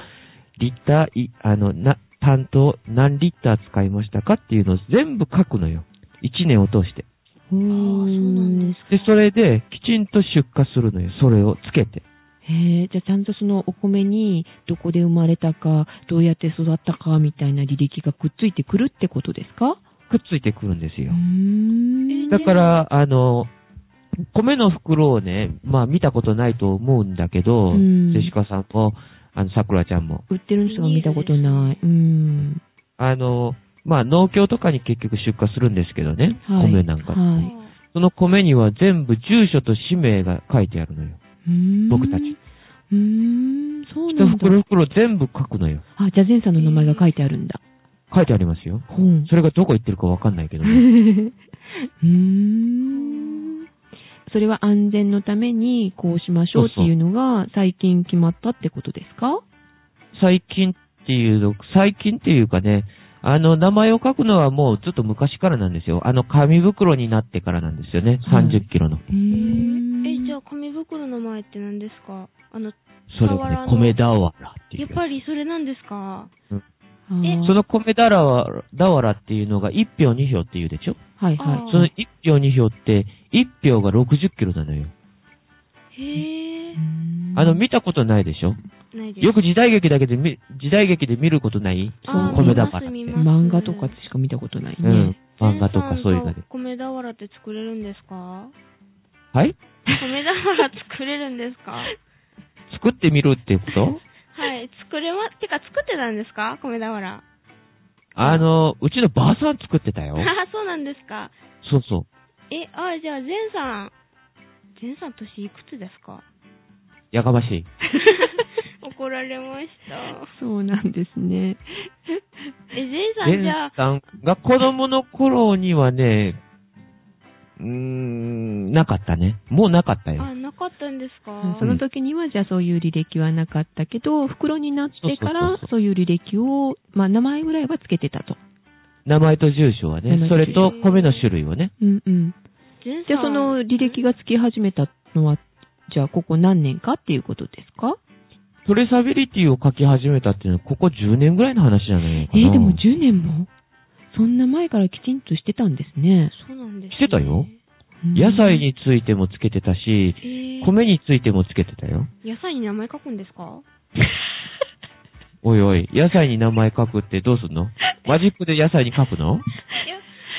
Speaker 2: リッター、いあの、な、担当何リッター使いましたかっていうのを全部書くのよ。1年を通して。
Speaker 3: ああ、そう。
Speaker 1: なんです
Speaker 2: で、それで、きちんと出荷するのよ。それをつけて。
Speaker 3: へえ、じゃあちゃんとそのお米にどこで生まれたか、どうやって育ったかみたいな履歴がくっついてくるってことですか
Speaker 2: くっついてくるんです
Speaker 3: うー
Speaker 2: よ。
Speaker 3: ん。
Speaker 2: だから、あの、米の袋をね、まあ見たことないと思うんだけど、
Speaker 3: うん
Speaker 2: ジェシカさんも、あの、桜ちゃんも。
Speaker 3: 売ってる人が見たことない。うーん。
Speaker 2: あの、まあ農協とかに結局出荷するんですけどね、
Speaker 3: はい。
Speaker 2: 米なんか。
Speaker 3: はい。
Speaker 2: その米には全部住所と氏名が書いてあるのよ。
Speaker 3: うーん
Speaker 2: 僕たち。
Speaker 3: うーん、そう
Speaker 2: 一
Speaker 3: なんだ。
Speaker 2: 袋袋全部書くのよ。
Speaker 3: あ、じゃあ前さんの名前が書いてあるんだ。
Speaker 2: 書いてありますよ。
Speaker 3: ほう。
Speaker 2: それがどこ行ってるかわかんないけど
Speaker 3: う
Speaker 2: ね。
Speaker 3: ーん。それは安全のためにこうしましょうっていうのが最近決まったってことですか
Speaker 2: 最近っていうの、最近っていうかね、あの、名前を書くのはもうずっと昔からなんですよ。あの、紙袋になってからなんですよね。
Speaker 3: はい
Speaker 2: 30キロの。
Speaker 3: へー
Speaker 1: え、じゃあ紙袋の前って何ですかあの、
Speaker 2: それがね
Speaker 1: 俵、の
Speaker 2: 米俵ってい
Speaker 1: やっ
Speaker 2: う。
Speaker 1: ぱりそれなんですか
Speaker 3: あー
Speaker 2: その米俵俵っていうのが1票2票っていうでしょ
Speaker 3: はい
Speaker 1: あ
Speaker 3: は
Speaker 1: ー
Speaker 2: その1票2票って、1票が60キロなのよ。
Speaker 1: へえ
Speaker 3: い。うー、ん
Speaker 2: あの、見たことないでしょ
Speaker 1: ないです。
Speaker 2: よく時代劇だけで見、時代劇で見ることない
Speaker 1: あー
Speaker 2: 米
Speaker 1: 見ます
Speaker 2: 俵って。
Speaker 1: 見ます
Speaker 3: 漫画とかしか見たことないね。
Speaker 2: うん。漫画とかそういうので。
Speaker 1: 米俵って作れるんですか
Speaker 2: はい
Speaker 1: 米俵作れるんです か
Speaker 2: 作ってみるってこと
Speaker 1: はい、作れま、てか作ってたんですか米俵。あ
Speaker 2: あの、うちのばあさん作ってたよ。
Speaker 1: あ、 そうなんですか。
Speaker 2: そうそう。
Speaker 1: え、あ、じゃあ、ゼンさん。ゼンさん年いくつですか
Speaker 2: やかましい。
Speaker 1: 怒られました。
Speaker 3: そうなんですね。
Speaker 1: え、ゼンさ
Speaker 2: レ
Speaker 1: ん
Speaker 2: ン
Speaker 1: じゃあ、
Speaker 2: さんが子供の頃にはね、うーん、なかったね。もうなかったよ。
Speaker 1: あ、なかったんですか
Speaker 3: うんその時には、じゃあそういう履歴はなかったけど、袋になってか
Speaker 2: そうそう
Speaker 3: ら
Speaker 2: そう、そ
Speaker 3: そういう履歴を、まあ名前ぐらいはつけてたと。
Speaker 2: 名前と住所は
Speaker 3: 名
Speaker 2: ね、
Speaker 3: 前と
Speaker 2: そ
Speaker 3: 住
Speaker 2: れ
Speaker 3: 所
Speaker 2: と米の種類をね。
Speaker 3: うんうん。
Speaker 1: ゼンさん
Speaker 3: じゃあその履歴がつき始めたのは、じゃあここ何年かっていうことですか
Speaker 2: トレーサビリティを書き始めたっていうのは、ここ10年ぐらいの話じゃないの
Speaker 3: え
Speaker 2: かな。
Speaker 3: ー、でも10年もそんな前からきちんとしてたんですね。
Speaker 1: そうなんです、ね。
Speaker 2: してたよ
Speaker 3: うん
Speaker 2: 野菜。についてもつけてたし、
Speaker 1: えー、
Speaker 2: 米についてもつけてたよ。
Speaker 1: 野菜に名前書くんですか
Speaker 2: おいおい、野菜に名前書くってどうすんのマジックで野菜に書くの
Speaker 1: いや、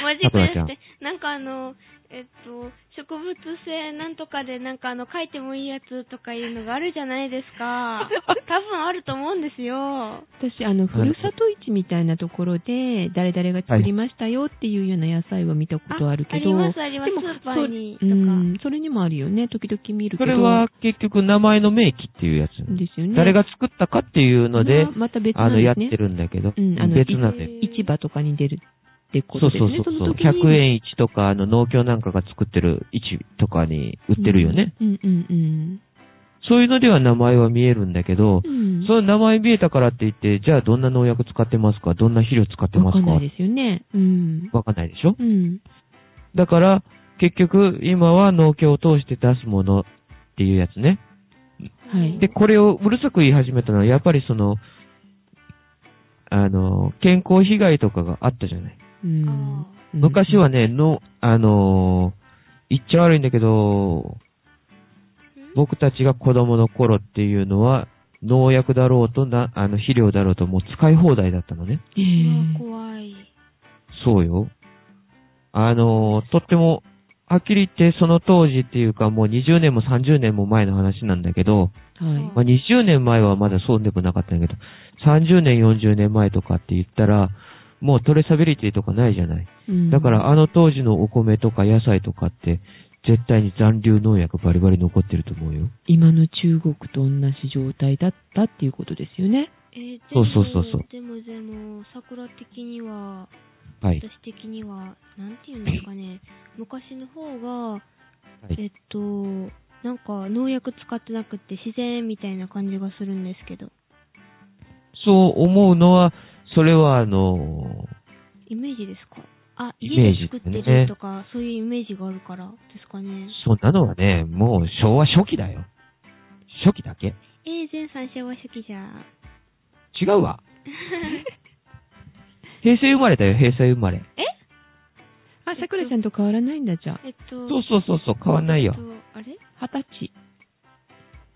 Speaker 1: マジックで
Speaker 2: さ
Speaker 1: すっ
Speaker 2: くら
Speaker 1: て、なんかあの、えっと、植物性なんとかでなんかあの、書いてもいいやつとかいうのがあるじゃないですか。多分あると思うんですよ。
Speaker 3: 私、あの、ふるさと市みたいなところで、誰々が作りましたよっていうような野菜は見たことあるけど。
Speaker 1: あありますあります
Speaker 3: でも
Speaker 1: スーパーに
Speaker 3: そ
Speaker 1: とか
Speaker 3: うんそれにもあるよね。時々見るけ
Speaker 2: そ
Speaker 3: ど。
Speaker 2: れは結局名前の名記っていうやつ。
Speaker 3: ですよね。
Speaker 2: 誰が作ったかっていうので、
Speaker 3: まあまた別な
Speaker 2: あ
Speaker 3: んです
Speaker 2: の、
Speaker 3: ね
Speaker 2: やってるんだけど、
Speaker 3: うんあの
Speaker 2: 別なんで。
Speaker 1: い
Speaker 3: 市場とかに出るってこと
Speaker 2: そう
Speaker 3: です
Speaker 2: そう
Speaker 3: ね。
Speaker 2: そう
Speaker 3: の
Speaker 2: そう。
Speaker 3: 時に
Speaker 2: 100円市とか、あの、農協なんかが作ってる市とかに売ってるよね。。
Speaker 3: うんうんうん
Speaker 2: そういうのでは名前は見えるんだけど
Speaker 3: う、ん。
Speaker 2: その名前見えたからって言って、じゃあどんな農薬使ってますかどんな肥料使ってま
Speaker 3: わ
Speaker 2: す
Speaker 3: かん
Speaker 2: か
Speaker 3: ないですよね。うん。
Speaker 2: わかんないでしょ
Speaker 3: うん。
Speaker 2: だから、結局、今は農協を通して出すものっていうやつね。
Speaker 3: はい
Speaker 2: で、これをうるさく言い始めたのは、やっぱりその、あの、健康被害とかがあったじゃない。
Speaker 3: うん
Speaker 2: 昔はね、の、あのー言っちゃ悪いんだけど、
Speaker 1: ん
Speaker 2: 僕たちが子供の頃っていうのは、農薬だろうとな、あの、肥料だろうと、もう使い放題だったのね。
Speaker 3: へえ
Speaker 1: うわ怖い。
Speaker 2: そうよ。あのーとっても、はっきり言ってその当時っていうか、もう20年も30年も前の話なんだけど、
Speaker 3: はい。
Speaker 2: まあ、20年前はまだそうでもなかったんだけど、30年、40年前とかって言ったら、もうトレーサビリティとかないじゃない。
Speaker 3: うん
Speaker 2: だか、らあの当時のお米とか野菜とかって、絶対に残留農薬バリバリ残ってると思うよ。
Speaker 3: 今の中国と同じ状態だったっていうことですよね。
Speaker 1: えー、で
Speaker 2: そう
Speaker 1: も
Speaker 2: そうそうそう
Speaker 1: でもでも、桜的には、
Speaker 2: はい。
Speaker 1: 私的には、なんていうんですかね、昔の方が、
Speaker 2: はい
Speaker 1: えっと、なんか農薬使ってなくって自然みたいな感じがするんですけど、
Speaker 2: そう思うのは、それはあの
Speaker 1: イメージですかあ、
Speaker 2: イメー
Speaker 1: 家で
Speaker 2: ジ
Speaker 1: 作っ
Speaker 2: ですね
Speaker 1: てるとか、そういうイメージがあるからですかね。
Speaker 2: そんなのはね、もう昭和初期だよ。初期だけ。
Speaker 1: えー、前三昭和初期じゃ ん。
Speaker 2: 違うわ。平成生まれだよ、平成生まれ。
Speaker 3: あ、さくらちゃんと変わらないんだ、じゃあ。
Speaker 1: えっと、
Speaker 2: そうそうそうそう、変わんないよ
Speaker 1: えっ。とあれ
Speaker 3: 二十歳。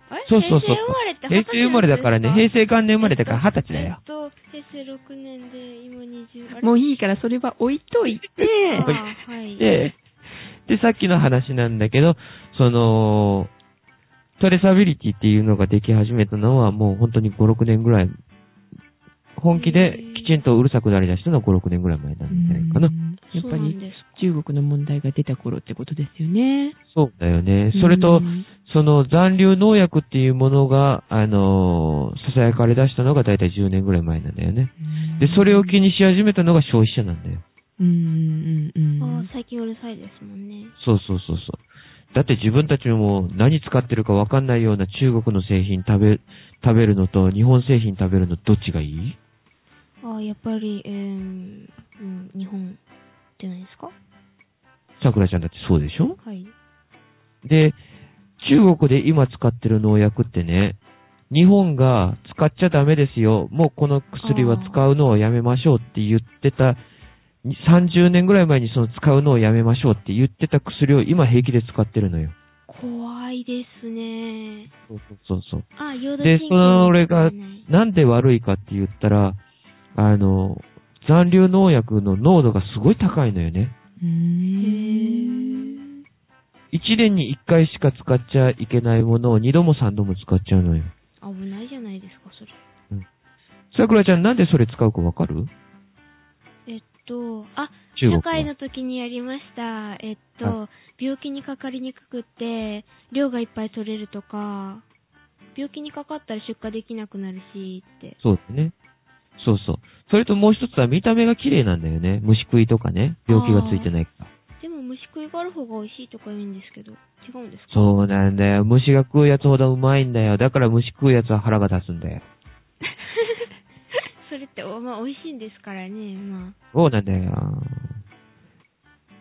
Speaker 1: あれ
Speaker 2: そうそうそう
Speaker 1: 平成生まれって二十歳なん
Speaker 2: 平
Speaker 1: ですか
Speaker 2: 成生まれだからね、平成元年生まれだから二十歳だよ。
Speaker 1: えっと、平成6年で、今20、あれ
Speaker 3: もういいからそれは置いといて、
Speaker 1: あー
Speaker 2: 置い
Speaker 1: はい。
Speaker 2: で、で、さっきの話なんだけど、その、トレーサビリティっていうのができ始めたのはもう本当に5、6年ぐらい、本気できちんとうるさくなりだしたのは5、6年ぐらい前なんじゃないかな。
Speaker 3: やっぱ
Speaker 1: そうなん
Speaker 3: り
Speaker 1: ですか
Speaker 3: 中国の問題が出た頃ってことですよね。
Speaker 2: そうだよね。それ
Speaker 3: う
Speaker 2: と、
Speaker 3: ん
Speaker 2: その残留農薬っていうものが、あのー、囁かれ出したのが大体10年ぐらい前なんだよね。で、それを気にし始めたのが消費者なんだよ。
Speaker 3: うんうんうん
Speaker 1: あー最近うるさいですもんね。
Speaker 2: そうそうそうそう。だって自分たちも何使ってるかわかんないような中国の製品食べ、食べるのと日本製品食べるのどっちがいい
Speaker 1: あーやっぱり、えーうん、うん日本じゃないですか
Speaker 2: 桜ちゃんだってそうでしょ
Speaker 1: はい。
Speaker 2: で、中国で今使ってる農薬ってね、日本が使っちゃダメですよ。もうこの薬は使うのをやめましょうって言ってた、30年ぐらい前にその使うのをやめましょうって言ってた薬を今平気で使ってるのよ。
Speaker 1: 怖いですね。
Speaker 2: そうそうそう。
Speaker 1: あー、ヨーダ
Speaker 2: で
Speaker 1: シンキン
Speaker 2: そ
Speaker 1: グ
Speaker 2: の俺が
Speaker 1: じゃない
Speaker 2: なんで悪いかって言ったら、あの、残留農薬の濃度がすごい高いのよね。
Speaker 3: うーん
Speaker 2: 1年に1回しか使っちゃいけないものを2度も3度も使っちゃうのよ。
Speaker 1: 危ないじゃないですか、それ。
Speaker 2: 桜ちゃんなんでそれ使うかわかる
Speaker 1: えっと、あ、
Speaker 2: 中国は
Speaker 1: 社会の時にやりました。えっと、
Speaker 2: は
Speaker 1: 病気にかかりにくくって、量がいっぱい取れるとか、病気にかかったら出荷できなくなるし、って。
Speaker 2: そうですね。そうそう。それともう一つは見た目が綺麗なんだよね。虫食いとかね。病気がついてないから。
Speaker 1: でも虫食いがある方が美味しいとか言うんですけど、違うんですか
Speaker 2: そうなんだよ。虫が食うやつほどうまいんだよ。だから虫食うやつは腹が立つんだよ。
Speaker 1: それって、おまあ、美味しいんですからね、まあ。
Speaker 2: そうなんだよ。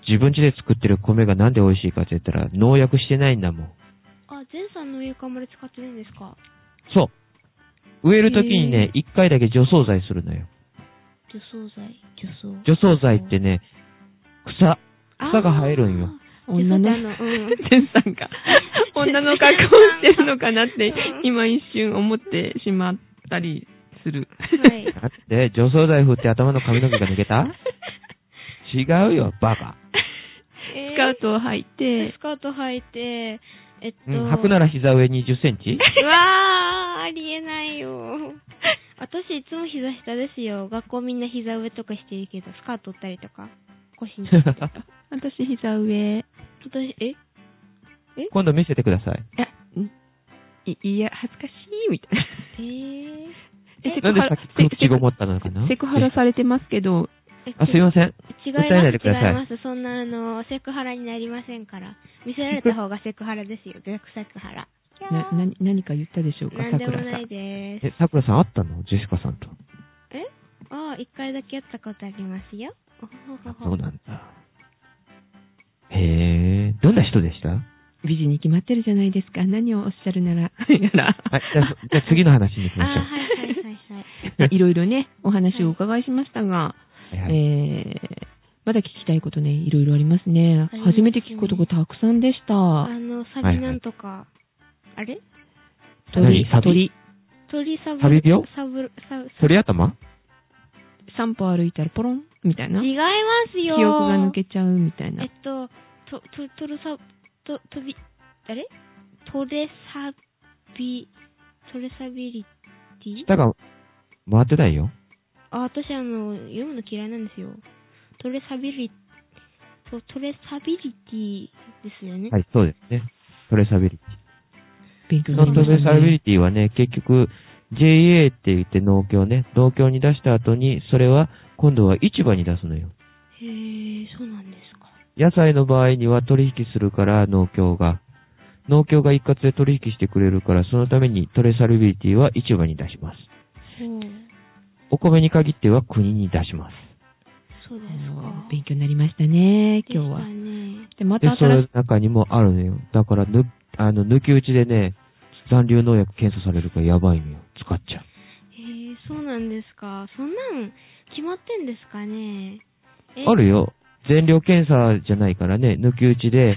Speaker 2: 自分家で作ってる米がなんで美味しいかって言ったら、農薬してないんだもん。
Speaker 1: あ、全さんの有効あんまり使ってないんですか
Speaker 2: そう。植えるときにね、一回だけ除草剤するのよ。
Speaker 1: 除草剤。除草。
Speaker 2: 除草剤ってね、草。草が生えるんよ
Speaker 1: あー。
Speaker 3: 女の
Speaker 1: 除草剤あの、うん。
Speaker 3: 天さんが女の格好をしてるのかなって今一瞬思ってしまったりする。
Speaker 1: はい。
Speaker 2: だって、除草剤振って頭の髪の毛が抜 けた違うよ、バカ。
Speaker 1: えー
Speaker 3: スカウトを履いて
Speaker 1: ス、カート履いて、えっと、
Speaker 2: うん、履くなら膝上20センチ
Speaker 1: うわー、ありえないよ。私いつも膝下ですよ。学校みんな膝上とかしてるけど、スカート折ったりとか、腰に。
Speaker 3: 私膝上。い
Speaker 1: 私、え
Speaker 2: 今度見せてください。
Speaker 3: や、んいいや、恥ずかしいみたいな。
Speaker 1: えー、
Speaker 3: えセク
Speaker 2: なんで
Speaker 3: ハ
Speaker 2: さ
Speaker 3: ラ
Speaker 2: っき口ごもったのかな
Speaker 3: セクハラ
Speaker 2: え
Speaker 3: されてますけど、
Speaker 1: え
Speaker 2: あ、すいません。
Speaker 1: 違い
Speaker 2: 訴えないで
Speaker 1: ます、
Speaker 2: ください
Speaker 1: 違います。そんな、あの、セクハラになりませんから。見せられた方がセクハラですよ。逆セクハラ。
Speaker 3: な、な、何か言ったでしょうか、
Speaker 1: なん
Speaker 3: さ
Speaker 1: で
Speaker 3: く
Speaker 1: も
Speaker 3: らさ
Speaker 1: なんい。です。
Speaker 2: え、桜さんあったのジェシカさんと。
Speaker 1: えああ、一回だけやったことありますよ。おほほ
Speaker 2: あ
Speaker 1: ほ
Speaker 2: そうなんだ。へえ、どんな人でしたは
Speaker 3: 美人に決まってるじゃないですか。何をおっしゃるなら、 やら。
Speaker 2: い、じゃあ、じゃあ次の話に行き
Speaker 1: ああ、
Speaker 2: ましょ
Speaker 1: はいはいはいは
Speaker 2: う。
Speaker 1: い。
Speaker 3: いろいろね、お話をお伺いしましたが、
Speaker 2: はいはい
Speaker 3: えー、まだ聞きたいことね、いろいろありますね。
Speaker 1: ありますね
Speaker 3: 初めて聞くことがたくさんでした。
Speaker 1: あの、サビなんとか、あれ
Speaker 3: 鳥
Speaker 2: 何サ、ビ
Speaker 3: 鳥。
Speaker 1: 鳥サブ、
Speaker 2: サビ病
Speaker 1: サブ、サブ、
Speaker 2: 鳥頭
Speaker 3: 散歩歩いたらポロンみたいな。
Speaker 1: 違い
Speaker 3: 記
Speaker 1: ますよ。
Speaker 3: 憶が抜けちゃうみたいな
Speaker 1: えっ。と、と、と、とるさ、と、とび、あれトレサビ、トレサビリティ
Speaker 2: 舌が回ってないよ。
Speaker 1: あ、私あの、読むの嫌いなんですよ。トレサビリ、トトレサビリティですよね。
Speaker 2: はい、そうですね。トレーサビリテ
Speaker 3: 勉強に
Speaker 2: ィ。
Speaker 3: な
Speaker 2: そ
Speaker 3: り
Speaker 2: の
Speaker 3: ま
Speaker 2: トレー
Speaker 3: した
Speaker 2: サビ
Speaker 3: ね。
Speaker 2: リティはね、結局、JA って言って農協ね、農協に出した後に、それは今度は市場に出すのよ。
Speaker 1: へえ、そうなんですか。
Speaker 2: 野菜の場合には取引するから農協が。農協が一括で取引してくれるから、そのためにトレーサビリティは市場に出します。
Speaker 1: そう、
Speaker 2: お米に限っては国に出します。
Speaker 1: そうです
Speaker 3: あ
Speaker 1: か
Speaker 3: ー。勉強になりましたね、今日
Speaker 1: でした
Speaker 3: は。
Speaker 1: ね
Speaker 3: で、ま
Speaker 2: で
Speaker 3: た、
Speaker 2: そ
Speaker 3: 新し
Speaker 2: の中にもあるのよ。だから、ぬ、あの、抜き打ちでね、残留農薬検査されるからやばいのよ。使っちゃう。
Speaker 1: へえ、そうなんですか。そんなん、決まってんですかね。え
Speaker 2: あるよ。全量検査じゃないからね、抜き打ちで、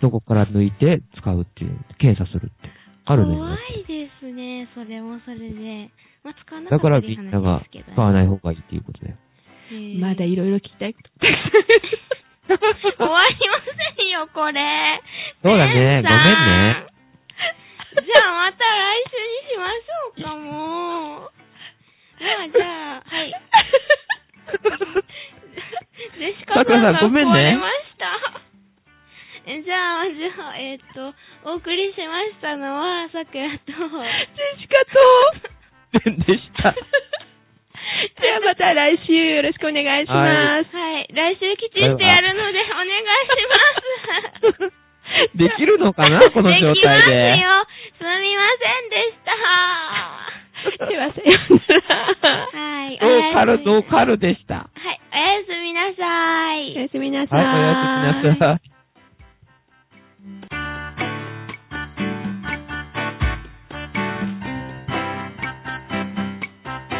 Speaker 2: どこから抜いて使うっていう、検査するって。あるのよ
Speaker 1: 怖いですね、それもそれで。まあ、使わなか
Speaker 2: だ
Speaker 1: った
Speaker 2: からら
Speaker 1: いい
Speaker 2: み
Speaker 1: 話
Speaker 2: んなが
Speaker 1: ですけどね
Speaker 2: 使わない方がいいっていう ことだよ。
Speaker 1: へー
Speaker 3: ま だいろいろ聞きたいこと。
Speaker 1: 終わりませんよ、これ。
Speaker 2: そうだね
Speaker 1: ベンさん
Speaker 2: ごめんね。
Speaker 1: じゃあまた来週にしましょうか、もう。まあじゃあ、 はい。ジェシカ
Speaker 2: さくらさんごめんね
Speaker 1: 壊れました。えじゃあ、じゃあ、えーっと、お送りしましたのは、さくらと、
Speaker 3: シカと。
Speaker 2: でした。
Speaker 3: じゃあまた来週よろしくお願いします。
Speaker 1: はい、来週きちんとやるので、お願いします。
Speaker 2: できるのかなこの状態で
Speaker 1: でき。ますよ。すみませんでした。
Speaker 3: ではさようなら。
Speaker 1: はい。
Speaker 2: ノーカル、ノー
Speaker 1: ル。
Speaker 2: カルでした。
Speaker 1: はい。おやすみなさい。
Speaker 3: おやすみなさ
Speaker 2: はい、おやすみなさい。